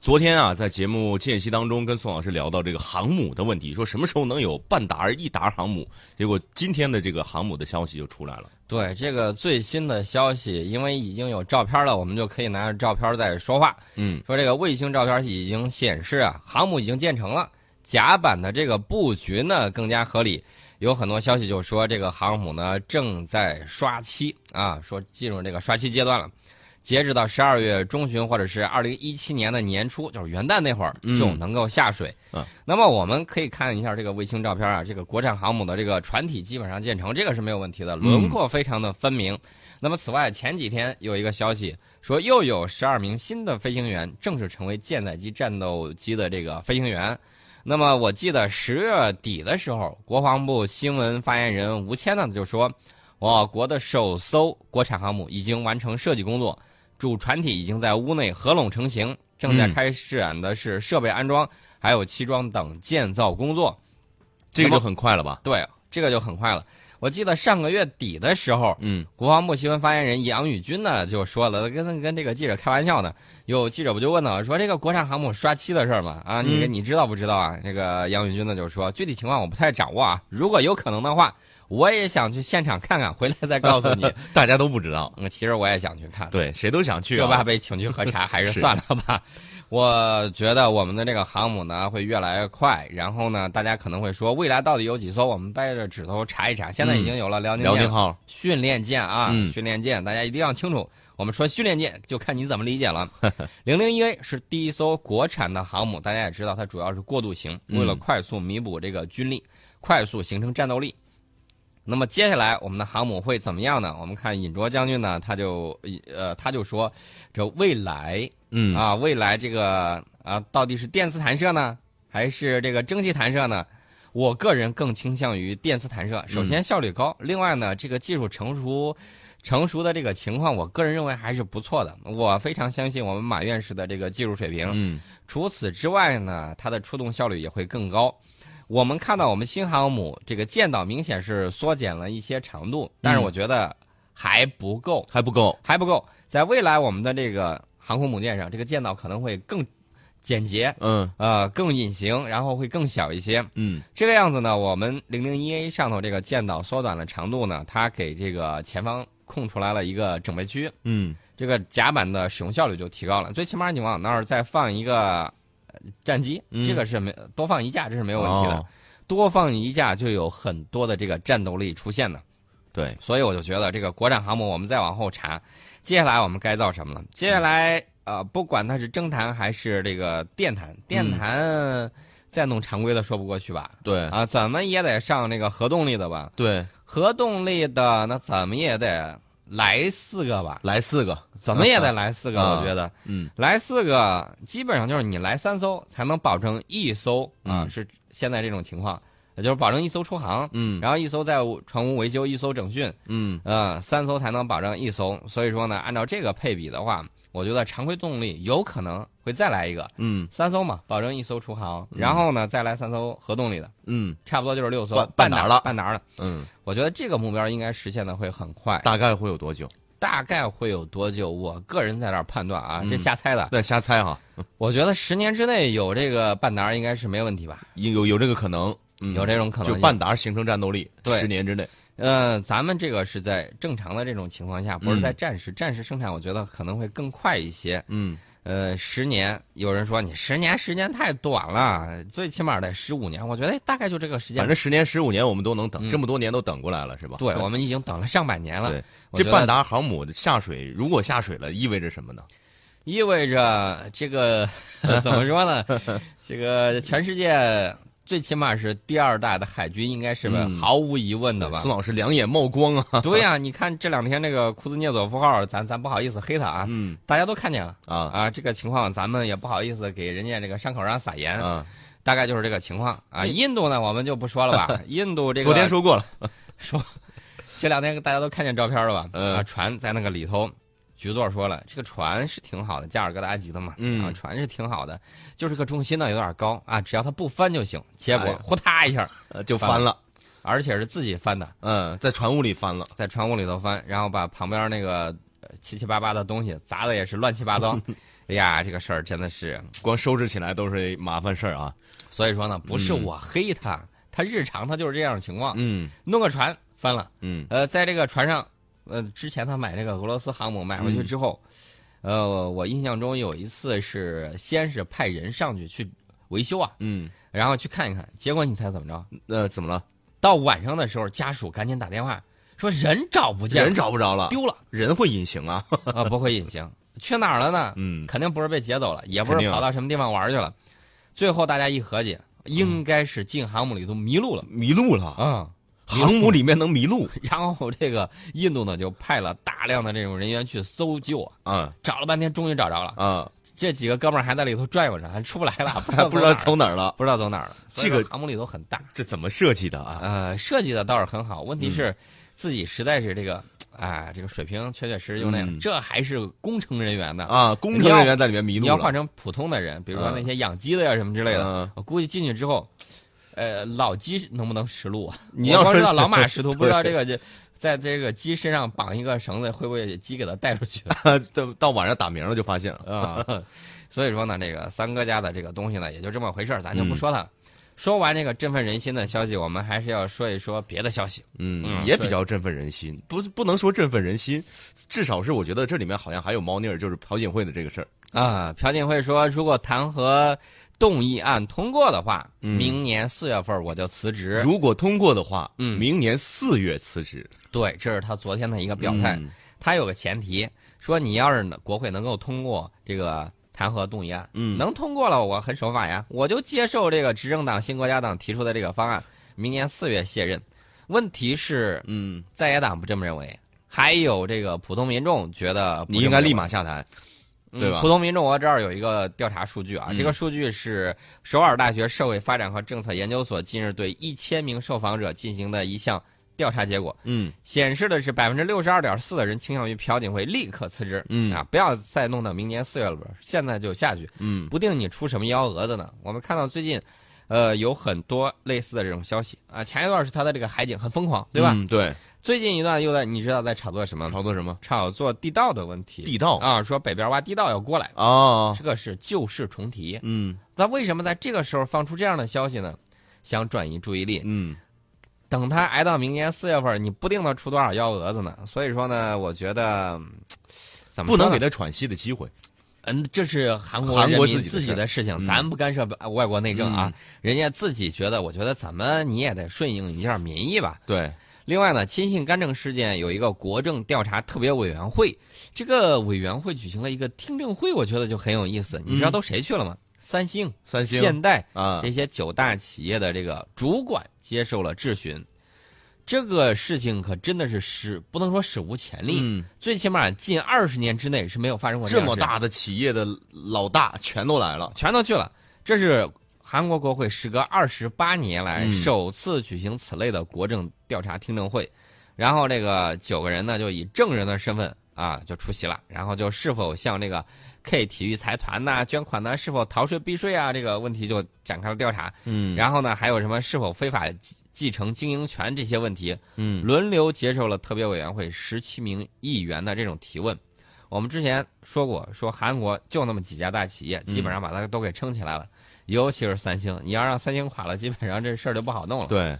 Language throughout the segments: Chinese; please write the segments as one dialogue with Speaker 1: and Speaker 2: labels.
Speaker 1: 昨天啊，在节目间隙当中跟宋老师聊到这个航母的问题，说什么时候能有半打儿一打儿航母？结果今天的这个航母的消息就出来了。
Speaker 2: 对这个最新的消息，因为已经有照片了，我们就可以拿着照片再说话。
Speaker 1: 嗯，
Speaker 2: 说这个卫星照片已经显示啊，航母已经建成了，甲板的这个布局呢更加合理。有很多消息就说这个航母呢正在刷漆啊，说进入这个刷漆阶段了。截止到十二月中旬或者是二零一七年的年初，就是元旦那会儿
Speaker 1: 嗯
Speaker 2: 就能够下水。
Speaker 1: 嗯
Speaker 2: 那么我们可以看一下这个卫星照片啊，这个国产航母的这个船体基本上建成，这个是没有问题的，轮廓非常的分明。那么此外，前几天有一个消息说，又有十二名新的飞行员正式成为舰载机战斗机的这个飞行员。那么我记得十月底的时候，国防部新闻发言人吴谦呢就说，我国的首艘国产航母已经完成设计工作，主船体已经在屋内合拢成型，正在
Speaker 1: 嗯
Speaker 2: 开展的是设备安装、还有漆装等建造工作。
Speaker 1: 这个
Speaker 2: 那
Speaker 1: 就
Speaker 2: 么
Speaker 1: 很快了吧？
Speaker 2: 对，这个就很快了。我记得上个月底的时候，
Speaker 1: 嗯
Speaker 2: 国防部新闻发言人杨宇军呢就说了，跟跟这个记者开玩笑呢，有记者不就问呢，说这个国产航母刷漆的事儿嘛，啊，你
Speaker 1: 嗯
Speaker 2: 你知道不知道啊？这个杨宇军呢就说，具体情况我不太掌握啊，如果有可能的话，我也想去现场看看，回来再告 诉你。
Speaker 1: 大家都不知道，
Speaker 2: 嗯，其实我也想去看，
Speaker 1: 对，谁都想去
Speaker 2: 这吧
Speaker 1: 啊。
Speaker 2: 被请去喝茶，还是
Speaker 1: 是
Speaker 2: 算了 吧。我觉得我们的这个航母呢会越来越快，然后呢，大家可能会说未来到底有几艘？我们掰着指头查一查。现在已经有了辽宁舰
Speaker 1: 辽宁号，
Speaker 2: 训练舰啊，
Speaker 1: 嗯
Speaker 2: 训练舰，大家一定要清楚。我们说训练舰，就看你怎么理解了。零零一 A 是第一艘国产的航母，大家也知道，它主要是过渡型，
Speaker 1: 嗯
Speaker 2: 为了快速弥补这个军力，快速形成战斗力。那么接下来我们的航母会怎么样呢？我们看尹卓将军呢，他就呃他就说，这未来
Speaker 1: 嗯，
Speaker 2: 啊，未来这个啊，到底是电磁弹射呢，还是这个蒸汽弹射呢？我个人更倾向于电磁弹射，
Speaker 1: 嗯
Speaker 2: 首先效率高，另外呢，这个技术成熟。成熟的这个情况，我个人认为还是不错的。我非常相信我们马院士的这个技术水平。
Speaker 1: 嗯
Speaker 2: 除此之外呢，它的出动效率也会更高。我们看到我们新航母这个舰岛明显是缩减了一些长度，
Speaker 1: 嗯
Speaker 2: 但是我觉得还不够。
Speaker 1: 还不够。
Speaker 2: 还不够，在未来我们的这个航空母舰上，这个舰岛可能会更简洁，
Speaker 1: 嗯
Speaker 2: 呃，更隐形，然后会更小一些。
Speaker 1: 嗯
Speaker 2: 这个样子呢，我们零零一 A 上头这个舰岛缩短了长度呢，它给这个前方空出来了一个整备区，
Speaker 1: 嗯，
Speaker 2: 这个甲板的使用效率就提高了。最起码你往那儿再放一个呃战机，
Speaker 1: 嗯
Speaker 2: 这个是没多放一架，这是没有问题的。
Speaker 1: 哦
Speaker 2: 多放一架就有很多的这个战斗力出现的。
Speaker 1: 对，
Speaker 2: 所以我就觉得这个国产航母，我们再往后查，接下来我们该造什么了？接下来呃，不管它是蒸弹还是这个电弹，电弹再弄常规的说不过去吧？
Speaker 1: 对，
Speaker 2: 啊，怎么也得上那个核动力的吧？
Speaker 1: 对，
Speaker 2: 核动力的那怎么也得来四个吧？
Speaker 1: 来四个。
Speaker 2: 怎么也得来四个，
Speaker 1: 啊
Speaker 2: 我觉得
Speaker 1: 嗯
Speaker 2: 来四个基本上就是你来三艘才能保证一艘啊
Speaker 1: 嗯
Speaker 2: 是现在这种情况，也就是保证一艘出航，
Speaker 1: 嗯
Speaker 2: 然后一艘在船坞维修，一艘整训。
Speaker 1: 嗯
Speaker 2: 呃，三艘才能保证一艘，所以说呢，按照这个配比的话，我觉得常规动力有可能会再来一个
Speaker 1: 嗯
Speaker 2: 三艘嘛，保证一艘出航，然后呢再来三艘核动力的，
Speaker 1: 嗯
Speaker 2: 差不多就是六艘，
Speaker 1: 半
Speaker 2: 半
Speaker 1: 半打
Speaker 2: 打
Speaker 1: 了
Speaker 2: 半打了。
Speaker 1: 嗯，
Speaker 2: 我觉得这个目标应该实现的会很快，
Speaker 1: 大概会有多久？
Speaker 2: 大概会有多久？我个人在这儿判断啊，这
Speaker 1: 嗯
Speaker 2: 瞎猜的。
Speaker 1: 对，瞎猜哈，
Speaker 2: 我觉得十年之内有这个半打应该是没问题吧，
Speaker 1: 有有这个可能，嗯
Speaker 2: 有这种可能
Speaker 1: 就
Speaker 2: 性。
Speaker 1: 半打形成战斗力，
Speaker 2: 对
Speaker 1: 十年之内。
Speaker 2: 呃，咱们这个是在正常的这种情况下，不是在战时，战时生产我觉得可能会更快一些。
Speaker 1: 嗯
Speaker 2: 呃，十年，有人说你十年，十年太短了，最起码得十五年。我觉得大概就这个时间。
Speaker 1: 反正十年、十五年我们都能等，
Speaker 2: 嗯
Speaker 1: 这么多年都等过来了，是吧？
Speaker 2: 对我们已经等了上百年了。
Speaker 1: 对
Speaker 2: 我
Speaker 1: 这
Speaker 2: 觉得
Speaker 1: 半达航母的下水，如果下水了，意味着什么呢？
Speaker 2: 意味着这个 怎么说呢？这个全世界最起码是第二大的海军，应该是
Speaker 1: 嗯
Speaker 2: 毫无疑问的吧
Speaker 1: 孙？老师两眼冒光啊！
Speaker 2: 对呀、你看这两天那个库兹涅佐夫号，咱咱不好意思黑他啊，
Speaker 1: 嗯
Speaker 2: 大家都看见了
Speaker 1: 啊
Speaker 2: 啊，这个情况咱们也不好意思给人家这个伤口上撒盐，
Speaker 1: 啊！嗯
Speaker 2: 大概就是这个情况啊。印度呢，我们就不说 了吧，印度这个
Speaker 1: 昨天说过了，
Speaker 2: 这两天大家都看见照片了吧？
Speaker 1: 嗯
Speaker 2: 啊，船在那个里头，局座说了，这个船是挺好的，加尔各答级的嘛，
Speaker 1: 嗯
Speaker 2: 啊，船是挺好的，就是个重心呢有点高啊，只要它不翻就行。结
Speaker 1: 哎
Speaker 2: 果
Speaker 1: 呀
Speaker 2: 呼嗒一下，
Speaker 1: 呃就
Speaker 2: 翻了
Speaker 1: 翻了，
Speaker 2: 而且是自己翻的，
Speaker 1: 嗯，在船坞里翻了，
Speaker 2: 在船坞里头翻，然后把旁边那个呃七七八八的东西砸的也是乱七八糟。哎呀，这个事儿真的是，
Speaker 1: 光收拾起来都是麻烦事儿啊。
Speaker 2: 所以说呢，不是我黑他，他日常他就是这样的情况，
Speaker 1: 嗯
Speaker 2: 弄个船翻了，
Speaker 1: 嗯
Speaker 2: 呃，在这个船上，呃，之前他买这个俄罗斯航母买回
Speaker 1: 嗯
Speaker 2: 去之后，呃，我印象中有一次是先是派人上去去维修啊，
Speaker 1: 嗯，
Speaker 2: 然后去看一看，结果你猜怎么着？
Speaker 1: 那怎么了？
Speaker 2: 到晚上的时候，家属赶紧打电话说人找不见，
Speaker 1: 人找不着了，
Speaker 2: 丢了
Speaker 1: 人会隐形啊。
Speaker 2: 啊、不会隐形，去哪儿了呢？
Speaker 1: 嗯，
Speaker 2: 肯定不是被劫走了，也不
Speaker 1: 肯
Speaker 2: 是
Speaker 1: 定啊
Speaker 2: 跑到什么地方玩去了。最后大家一合计，应
Speaker 1: 嗯
Speaker 2: 该是进航母里头迷路了
Speaker 1: 迷路了，
Speaker 2: 啊、
Speaker 1: 航母里面能迷路
Speaker 2: 然后这个印度呢就派了大量的这种人员去搜救啊，
Speaker 1: 啊
Speaker 2: 找了半天终于找着了。
Speaker 1: 啊，
Speaker 2: 这几个哥们儿还在里头拽悠着，还出不来 了，不知
Speaker 1: 还
Speaker 2: 道
Speaker 1: 不知道走
Speaker 2: 走哪
Speaker 1: 哪儿了
Speaker 2: 儿，不知道走哪儿了。所以
Speaker 1: 这个
Speaker 2: 说航母里头很大，
Speaker 1: 这怎么设计的啊？嗯
Speaker 2: 呃，设计的倒是很好，问题是自己实在是这个啊，这个水平确确实实就那样。
Speaker 1: 嗯
Speaker 2: 这还是工程人员呢，
Speaker 1: 啊，工程人员在里面迷
Speaker 2: 你
Speaker 1: 路
Speaker 2: 要
Speaker 1: 了，
Speaker 2: 换成普通的人，比如说
Speaker 1: 嗯
Speaker 2: 那些养鸡的呀什么之类的，
Speaker 1: 嗯
Speaker 2: 我估计进去之后，呃，老鸡能不能识路啊？
Speaker 1: 你
Speaker 2: 我
Speaker 1: 要
Speaker 2: 光
Speaker 1: 是
Speaker 2: 知道老马识途，
Speaker 1: 对
Speaker 2: 不知道这个就在这个鸡身上绑一个绳子，会不会鸡给它带出去
Speaker 1: 到到晚上打鸣了就发现了。
Speaker 2: 啊？ 所以说呢，这个三哥家的这个东西呢，也就这么回事儿，咱就不
Speaker 1: 嗯
Speaker 2: 说它了。说完这个振奋人心的消息，我们还是要说一说别的消息。
Speaker 1: 嗯，
Speaker 2: 嗯
Speaker 1: 也
Speaker 2: 所以
Speaker 1: 比较振奋人心，不是不能说振奋人心，至少是我觉得这里面好像还有猫腻儿，就是朴槿惠的这个事儿。
Speaker 2: 啊，朴槿惠说，如果弹劾动议案通过的话，
Speaker 1: 嗯
Speaker 2: 明年四月份我就辞职。
Speaker 1: 如果通过的话，
Speaker 2: 嗯
Speaker 1: 明年四月辞职
Speaker 2: 对，这是他昨天的一个表态。
Speaker 1: 嗯
Speaker 2: 他有个前提，说你要是能国会能够通过这个弹劾动议案，
Speaker 1: 嗯
Speaker 2: 能通过了，我很守法呀，我就接受这个执政党新国家党提出的这个方案，明年四月卸任。问题是，
Speaker 1: 嗯，
Speaker 2: 在野党不这么认为，还有这个普通民众觉得不
Speaker 1: 你
Speaker 2: 这
Speaker 1: 应
Speaker 2: 么
Speaker 1: 该
Speaker 2: 认为嗯
Speaker 1: 立马下台，对吧
Speaker 2: 普通民众，我这儿有一个调查数据啊，
Speaker 1: 嗯
Speaker 2: 这个数据是首尔大学社会发展和政策研究所近日对一千名受访者进行的一项调查结果，
Speaker 1: 嗯
Speaker 2: 显示的是百分之六十二点四的人倾向于朴槿惠立刻辞职。
Speaker 1: 嗯
Speaker 2: 啊，不要再弄到明年四月了，现在就下去，
Speaker 1: 嗯
Speaker 2: 不定你出什么幺蛾子呢。我们看到最近，呃，有很多类似的这种消息啊。前一段是他的这个海景很疯狂，对吧？
Speaker 1: 嗯对，
Speaker 2: 最近一段又在你知道在炒作什么？
Speaker 1: 炒作什么
Speaker 2: 炒作地道哦的问题。
Speaker 1: 地道
Speaker 2: 啊，说北边挖地道要过来，
Speaker 1: 啊？
Speaker 2: 这个是旧事重提。
Speaker 1: 嗯
Speaker 2: 那为什么在这个时候放出这样的消息呢？想转移注意力，
Speaker 1: 嗯
Speaker 2: 等他挨到明年四月份，你不定能出多少幺蛾子呢。所以说呢，我觉得嗯怎么
Speaker 1: 不
Speaker 2: 说呢
Speaker 1: 能给他喘息的机会。
Speaker 2: 嗯，这是韩国
Speaker 1: 韩国
Speaker 2: 人
Speaker 1: 自己
Speaker 2: 民
Speaker 1: 的
Speaker 2: 自己
Speaker 1: 事
Speaker 2: 的事情，
Speaker 1: 嗯
Speaker 2: 咱不干涉外国内政啊。人家自己觉得，我觉得怎么你也得顺应一下民意吧。
Speaker 1: 对，
Speaker 2: 另外呢，亲信干政事件有一个国政调查特别委员会，这个委员会举行了一个听证会，我觉得就很有意思。你知道都谁去了吗？嗯三星、
Speaker 1: 三星
Speaker 2: 现代
Speaker 1: 啊，
Speaker 2: 这些九大企业的这个主管接受了质询。这个事情可真的是史不能说史无前例，
Speaker 1: 嗯，
Speaker 2: 最起码近二十年之内是没有发生过
Speaker 1: 这
Speaker 2: 样
Speaker 1: 么
Speaker 2: 的事情
Speaker 1: 大的企业的老大全都来了。
Speaker 2: 全都去了。这是韩国国会时隔二十八年来
Speaker 1: 嗯
Speaker 2: 首次举行此类的国政调查听证会，然后这个九个人呢就以证人的身份啊就出席了，然后就是否向这个 K 体育财团呐、捐款呐、是否逃税避税啊这个问题就展开了调查，
Speaker 1: 嗯
Speaker 2: 然后呢还有什么是否非法继继承经营权这些问题，
Speaker 1: 嗯
Speaker 2: 轮流接受了特别委员会十七名议员的这种提问。我们之前说过，说韩国就那么几家大企业，基本上把它都给撑起
Speaker 1: 嗯
Speaker 2: 来了，尤其是三星。你要让三星垮了，基本上这事儿就不好弄了。
Speaker 1: 对，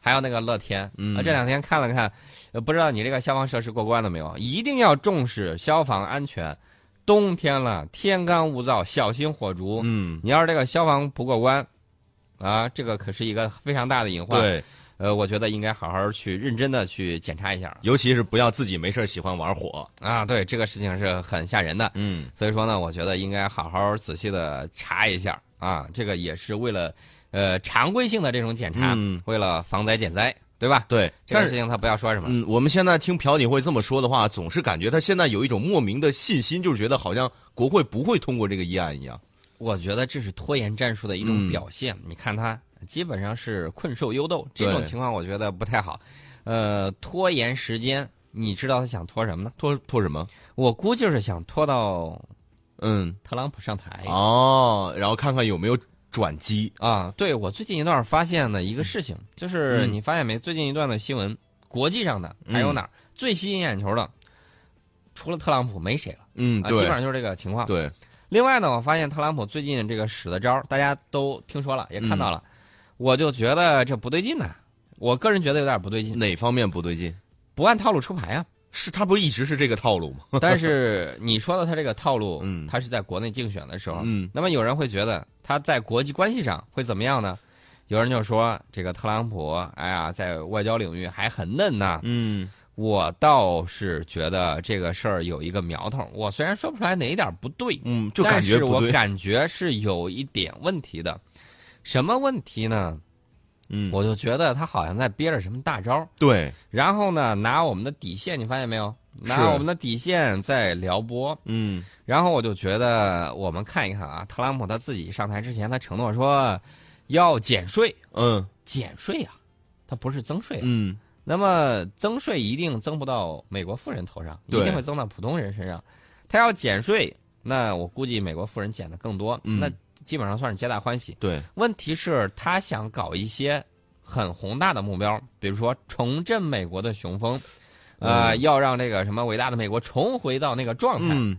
Speaker 2: 还有那个乐天，
Speaker 1: 嗯
Speaker 2: 啊啊这两天看了看，呃不知道你这个消防设施过关了没有？一定要重视消防安全。冬天了，天干物燥，小心火烛。
Speaker 1: 嗯
Speaker 2: 你要是这个消防不过关，啊，这个可是一个非常大的隐患。
Speaker 1: 对，
Speaker 2: 呃，我觉得应该好好去认真的去检查一下
Speaker 1: 尤其是不要自己没事儿喜欢玩火。
Speaker 2: 啊。对，这个事情是很吓人的，
Speaker 1: 嗯
Speaker 2: 所以说呢，我觉得应该好好仔细的查一下啊。这个也是为了呃常规性的这种检查，
Speaker 1: 嗯
Speaker 2: 为了防灾减灾，对吧？
Speaker 1: 对，
Speaker 2: 这
Speaker 1: 但
Speaker 2: 个
Speaker 1: 是
Speaker 2: 事情他不要说什么，
Speaker 1: 嗯，我们现在听朴槿惠这么说的话，总是感觉她现在有一种莫名的信心，就是觉得好像国会不会通过这个议案一样。
Speaker 2: 我觉得这是拖延战术的一种
Speaker 1: 嗯
Speaker 2: 表现。你看他基本上是困兽犹斗，这种
Speaker 1: 对
Speaker 2: 情况我觉得不太好。呃，拖延时间，你知道他想拖什么呢？
Speaker 1: 拖拖什么？
Speaker 2: 我估计是想拖到
Speaker 1: 嗯，
Speaker 2: 特朗普上台。
Speaker 1: 哦，然后看看有没有转机。
Speaker 2: 啊，对我最近一段发现的一个事情，就是
Speaker 1: 嗯
Speaker 2: 你发现没？最近一段的新闻，国际上的还有哪儿、最吸引眼球的，除了特朗普没谁了
Speaker 1: 嗯，
Speaker 2: 啊，
Speaker 1: 对，
Speaker 2: 基本上就是这个情况。
Speaker 1: 对，
Speaker 2: 另外呢，我发现特朗普最近这个使的招儿，大家都听说了，也看到了，
Speaker 1: 嗯
Speaker 2: 我就觉得这不对劲呐、我个人觉得有点不对劲，
Speaker 1: 哪方面不对劲？
Speaker 2: 不按套路出 牌啊。
Speaker 1: 是他不一直是这个套路吗？
Speaker 2: 但是你说的他这个套路，
Speaker 1: 嗯
Speaker 2: 他是在国内竞选的时候，
Speaker 1: 嗯
Speaker 2: 那么有人会觉得他在国际关系上会怎么样呢？有人就说这个特朗普，哎呀，在外交领域还很嫩呐、
Speaker 1: 嗯
Speaker 2: 我倒是觉得这个事儿有一个苗头。我虽然说不出来哪一点不对，
Speaker 1: 嗯，就
Speaker 2: 但
Speaker 1: 感觉
Speaker 2: 是
Speaker 1: 不
Speaker 2: 我
Speaker 1: 对。
Speaker 2: 感觉是有一点问题的。什么问题呢？
Speaker 1: 嗯，
Speaker 2: 我就觉得他好像在憋着什么大招儿，
Speaker 1: 对，
Speaker 2: 然后呢，拿我们的底线，你发现没有？拿
Speaker 1: 是
Speaker 2: 我们的底线在撩拨。
Speaker 1: 嗯
Speaker 2: 然后我就觉得，我们看一看啊，特朗普他自己上台之前，他承诺说要减税，
Speaker 1: 嗯
Speaker 2: 减税啊，他不是增税、啊。
Speaker 1: 嗯，
Speaker 2: 那么增税一定增不到美国富人头上，一
Speaker 1: 对
Speaker 2: 定会增到普通人身上。他要减税，那我估计美国富人减的更多，
Speaker 1: 嗯
Speaker 2: 那基本上算是皆大欢喜。
Speaker 1: 对，
Speaker 2: 问题是，他想搞一些很宏大的目标，比如说重振美国的雄风，呃，
Speaker 1: 嗯
Speaker 2: 要让这个什么伟大的美国重回到那个状态。
Speaker 1: 嗯。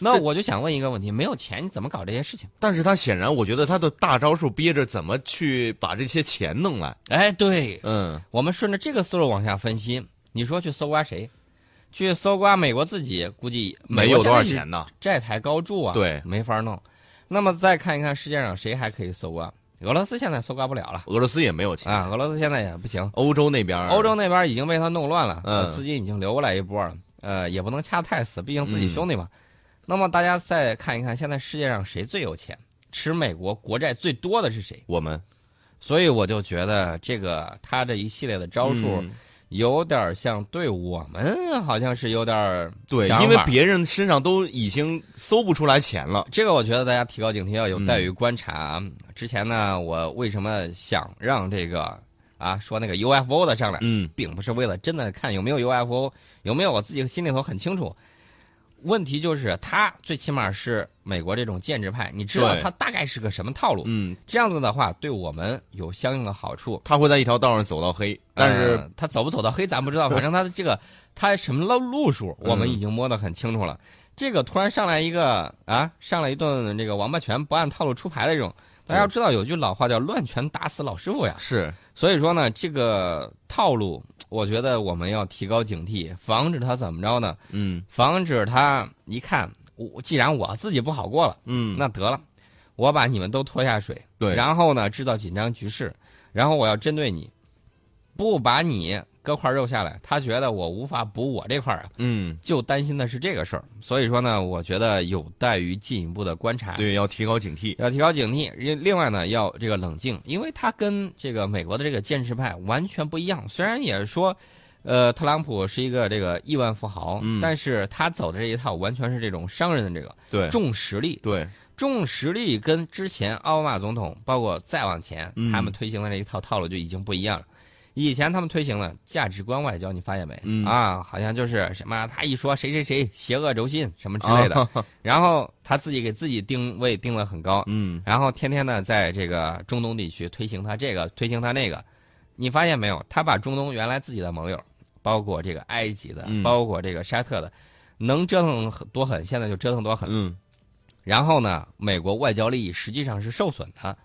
Speaker 2: 那
Speaker 1: 这
Speaker 2: 我就想问一个问题：没有钱你怎么搞这些事情？
Speaker 1: 但是他显然，我觉得他的大招是憋着怎么去把这些钱弄来。
Speaker 2: 哎，对
Speaker 1: 嗯
Speaker 2: 我们顺着这个思路往下分析，你说去搜刮谁？去搜刮美国自己，估计
Speaker 1: 没有多少，
Speaker 2: 美国现在
Speaker 1: 钱
Speaker 2: 是
Speaker 1: 呢。
Speaker 2: 债台高筑啊，
Speaker 1: 对
Speaker 2: 没法弄。那么再看一看世界上谁还可以搜刮？俄罗斯现在搜刮不了了
Speaker 1: 俄罗斯也没有钱，
Speaker 2: 啊，俄罗斯现在也不行，
Speaker 1: 欧洲那边儿，
Speaker 2: 欧洲那边已经被他弄乱了，
Speaker 1: 嗯
Speaker 2: 呃资金已经流过来一波了，呃，也不能掐太死，毕竟自己兄弟嘛。那么大家再看一看，现在世界上谁最有钱，持美国国债最多的是谁？
Speaker 1: 我们嗯
Speaker 2: 所以我就觉得这个他这一系列的招数
Speaker 1: 嗯
Speaker 2: 有点像对我们好像是有点儿
Speaker 1: 对
Speaker 2: 想，法
Speaker 1: 因为别人身上都已经搜不出来钱了。
Speaker 2: 这个我觉得大家提高警惕，要
Speaker 1: 嗯
Speaker 2: 有待于观察啊。之前呢，我为什么想让这个啊说那个 UFO 的上来，
Speaker 1: 嗯
Speaker 2: 并不是为了真的看有没有 UFO，有没有我自己心里头很清楚。问题就是他最起码是美国这种建制派，你知道
Speaker 1: 对
Speaker 2: 他大概是个什么套路。
Speaker 1: 嗯，
Speaker 2: 这样子的话，对我们有相应的好处。
Speaker 1: 他会在一条道上走到黑，但是
Speaker 2: 呃他走不走到黑咱不 知道，反正他的这个他什么路路数，我
Speaker 1: 嗯
Speaker 2: 们已经摸得很清楚了。这个突然上来一个啊，上来一顿这个王八拳不按套路出牌的这种，大家要知道有句老话叫“乱拳打死老师傅”呀。
Speaker 1: 是
Speaker 2: 所以说呢，这个套路，我觉得我们要提高警惕，防止他怎么着呢？
Speaker 1: 嗯
Speaker 2: 防止他一看，我既然我自己不好过了，
Speaker 1: 嗯，
Speaker 2: 那得了，我把你们都拖下水，
Speaker 1: 对，
Speaker 2: 然后呢，制造紧张局势，然后我要针对你，不把你割块肉下来，他觉得我无法补我这块儿啊，
Speaker 1: 嗯，
Speaker 2: 就担心的是这个事儿。所以说呢，我觉得有待于进一步的观察，
Speaker 1: 对，要提高警惕。
Speaker 2: 要提高警惕。另另外呢，要这个冷静，因为他跟这个美国的这个建制派完全不一样。虽然也说，呃，特朗普是一个这个亿万富豪，
Speaker 1: 嗯
Speaker 2: 但是他走的这一套完全是这种商人的这个
Speaker 1: 对
Speaker 2: 重实力，
Speaker 1: 对，
Speaker 2: 重实力跟之前奥巴马总统，包括再往前，
Speaker 1: 嗯
Speaker 2: 他们推行的这一套套路就已经不一样了。以前他们推行了价值观外交，你发现没？
Speaker 1: 嗯
Speaker 2: 啊，好像就是什么他一说谁谁谁邪恶轴心什么
Speaker 1: 啊
Speaker 2: 之类的，然后他自己给自己定位定了很高，
Speaker 1: 嗯
Speaker 2: 然后天天呢在这个中东地区推行他这个推行他那个，你发现没有？他把中东原来自己的盟友，包括这个埃及的，
Speaker 1: 嗯
Speaker 2: 包括这个沙特的，能折腾多狠，现在就折腾多狠。
Speaker 1: 嗯，
Speaker 2: 然后呢，美国外交利益实际上是受损的。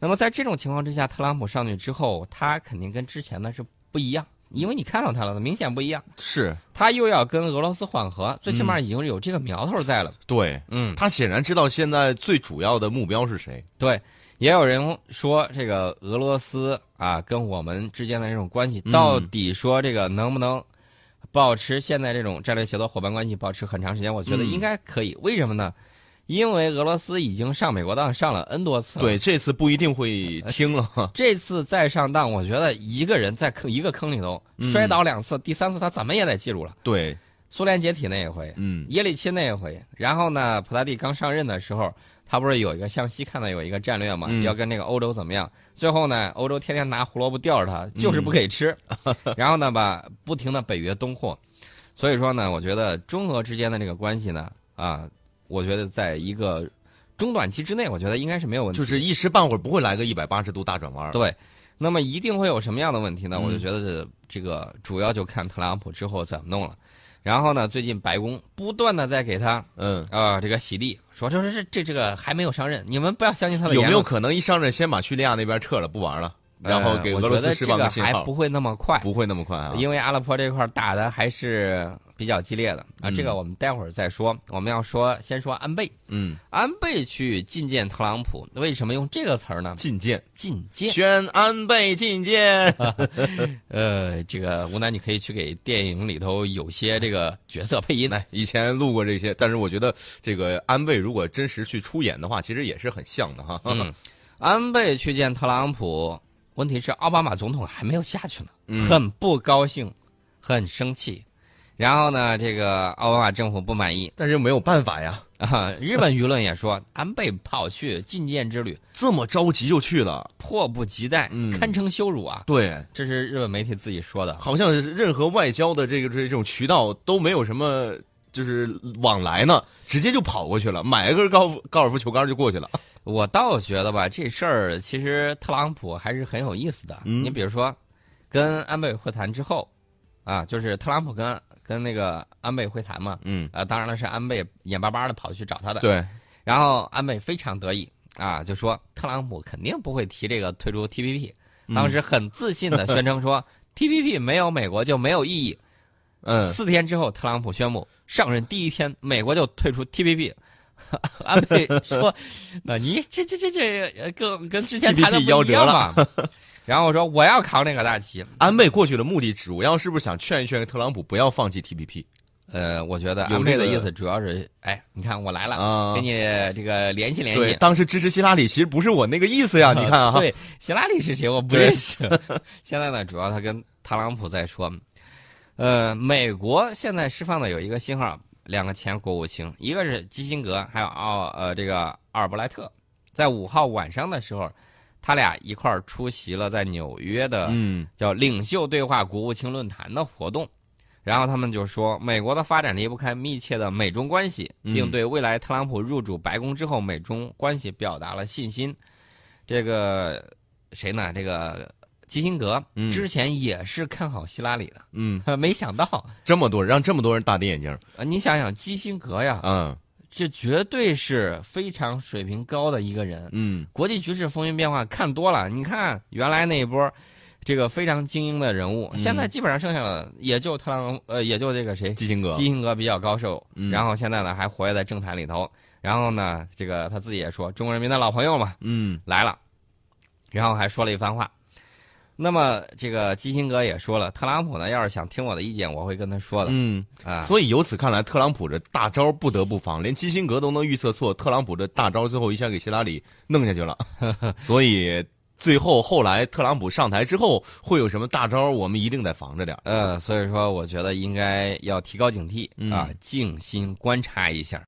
Speaker 2: 那么在这种情况之下，特朗普上去之后，他肯定跟之前的是不一样，因为你看到他了，明显不一样。
Speaker 1: 是
Speaker 2: 他又要跟俄罗斯缓和，最起码已经有这个苗头在了。
Speaker 1: 对。
Speaker 2: 嗯，
Speaker 1: 他显然知道现在最主要的目标是谁。
Speaker 2: 对。也有人说，这个俄罗斯啊，跟我们之间的这种关系，
Speaker 1: 嗯
Speaker 2: 到底说这个能不能保持现在这种战略协作伙伴关系，保持很长时间？我觉得
Speaker 1: 嗯
Speaker 2: 应该可以。为什么呢？因为俄罗斯已经上美国当上了 N 多次了。
Speaker 1: 对，这次不一定会听了。
Speaker 2: 这次再上当，我觉得一个人在坑一个坑里头
Speaker 1: 嗯
Speaker 2: 摔倒两次，第三次他怎么也得记住了。
Speaker 1: 对，
Speaker 2: 苏联解体那一回，
Speaker 1: 嗯
Speaker 2: 耶利钦那一回，然后呢，普拉蒂刚上任的时候，他不是有一个向西看的有一个战略嘛，
Speaker 1: 嗯
Speaker 2: 要跟那个欧洲怎么样？最后呢，欧洲天天拿胡萝卜吊着他，就是不给吃，
Speaker 1: 嗯
Speaker 2: 然后呢，把不停的北约东扩。所以说呢，我觉得中俄之间的这个关系呢，啊，我觉得在一个中短期之内，我觉得应该是没有问题的。
Speaker 1: 就是一时半会儿不会来个一百八十度大转弯。
Speaker 2: 对，那么一定会有什么样的问题呢？
Speaker 1: 嗯
Speaker 2: 我就觉得这这个主要就看特朗普之后怎么弄了。然后呢，最近白宫不断的在给他
Speaker 1: 嗯，
Speaker 2: 啊、这个洗地，说这是这这个还没有上任，你们不要相信他的
Speaker 1: 有
Speaker 2: 言
Speaker 1: 没
Speaker 2: 论
Speaker 1: 有可能一上任先把叙利亚那边撤了，不玩了，然后给
Speaker 2: 呃
Speaker 1: 俄罗斯释放
Speaker 2: 我觉得这
Speaker 1: 信
Speaker 2: 个还
Speaker 1: 号？
Speaker 2: 不会那么快，
Speaker 1: 不会那么快啊，
Speaker 2: 因为阿拉伯这块打的还是比较激烈的啊。
Speaker 1: 嗯
Speaker 2: 这个我们待会儿再说，我们要说先说安倍，
Speaker 1: 嗯，
Speaker 2: 安倍去觐见特朗普，为什么用这个词儿呢？
Speaker 1: 觐见，
Speaker 2: 觐见，
Speaker 1: 宣安倍觐见，
Speaker 2: 呃，这个吴楠你可以去给电影里头有些这个角色配音，
Speaker 1: 哎，以前录过这些，但是我觉得这个安倍如果真实去出演的话，其实也是很像的哈。
Speaker 2: 嗯，安倍去见特朗普，问题是奥巴马总统还没有下去呢，很不高兴，很生气。然后呢，这个奥巴马政府不满意
Speaker 1: 但是没有办法呀，
Speaker 2: 啊。日本舆论也说，安倍跑去觐见之旅，
Speaker 1: 这么着急就去了，
Speaker 2: 迫不及待，
Speaker 1: 嗯
Speaker 2: 堪称羞辱啊！
Speaker 1: 对，
Speaker 2: 这是日本媒体自己说的。
Speaker 1: 好像是任何外交的这个这这种渠道都没有什么。就是往来呢，直接就跑过去了，买一根高尔夫高尔夫球杆就过去了。
Speaker 2: 我倒觉得吧，这事儿其实特朗普还是很有意思的。
Speaker 1: 嗯
Speaker 2: 你比如说，跟安倍会谈之后，啊，就是特朗普跟跟那个安倍会谈嘛，
Speaker 1: 嗯，
Speaker 2: 啊，当然了，是安倍眼巴巴的跑去找他 的。，
Speaker 1: 对，
Speaker 2: 然后安倍非常得意啊，就说特朗普肯定不会提这个退出 TPP，当
Speaker 1: 嗯
Speaker 2: 时很自信的宣称说 TPP 没有美国就没有意义。
Speaker 1: 嗯，
Speaker 2: 四天之后，特朗普宣布上任第一天，美国就退出 TPP。安倍说：“那你这这这这呃跟跟之前谈的
Speaker 1: TPP 夭
Speaker 2: 不一
Speaker 1: 折
Speaker 2: 样
Speaker 1: 了
Speaker 2: 嘛？” 然后我说：“我要扛这个大旗。
Speaker 1: 安倍过去的目的主要是不是想劝一劝特朗普不要放弃 TPP？”
Speaker 2: 呃，我觉得
Speaker 1: 有
Speaker 2: 安倍
Speaker 1: 这
Speaker 2: 的
Speaker 1: 个
Speaker 2: 意思主要是，哎，你看我来了，
Speaker 1: 啊
Speaker 2: 给你这个联系联系
Speaker 1: 对，。当时支持希拉里其实不是我那个意思呀，你看 啊，
Speaker 2: 对，希拉里是谁我不认识。 现在呢，主要他跟特朗普在说，呃，美国现在释放的有一个信号，两个前国务卿，一个是基辛格，还有奥呃这个阿尔伯莱特，在五号晚上的时候，他俩一块儿出席了在纽约的
Speaker 1: 嗯
Speaker 2: 叫“领袖对话国务卿论坛”的活动。然后他们就说，美国的发展离不开密切的美中关系，
Speaker 1: 嗯
Speaker 2: 并对未来特朗普入主白宫之后美中关系表达了信心。这个谁呢？这个基辛格
Speaker 1: 嗯
Speaker 2: 之前也是看好希拉里的，
Speaker 1: 嗯，
Speaker 2: 没想到，
Speaker 1: 这么多人让这么多人大跌眼镜，
Speaker 2: 呃你想想基辛格呀，
Speaker 1: 嗯
Speaker 2: 这绝对是非常水平高的一个人，
Speaker 1: 嗯
Speaker 2: 国际局势风云变化看多了，你看原来那一波，这个非常精英的人物，
Speaker 1: 嗯
Speaker 2: 现在基本上剩下的也就特朗呃，也就这个谁，
Speaker 1: 基辛格
Speaker 2: 基，辛格比较高寿，
Speaker 1: 嗯
Speaker 2: 然后现在呢还活跃在政坛里头，然后呢这个他自己也说中国人民的老朋友嘛
Speaker 1: 嗯
Speaker 2: 来了，然后还说了一番话。那么这个基辛格也说了，特朗普呢要是想听我的意见，我会跟他说的
Speaker 1: 嗯，
Speaker 2: 啊。
Speaker 1: 所以由此看来，特朗普这大招不得不防， 连基辛格都能预测错，特朗普这大招最后一下给希拉里弄下去了， 所以最后后来特朗普上台之后会有什么大招，我们一定得防着点儿。
Speaker 2: 呃，所以说我觉得应该要提高警惕
Speaker 1: 嗯
Speaker 2: 啊，静心观察一下。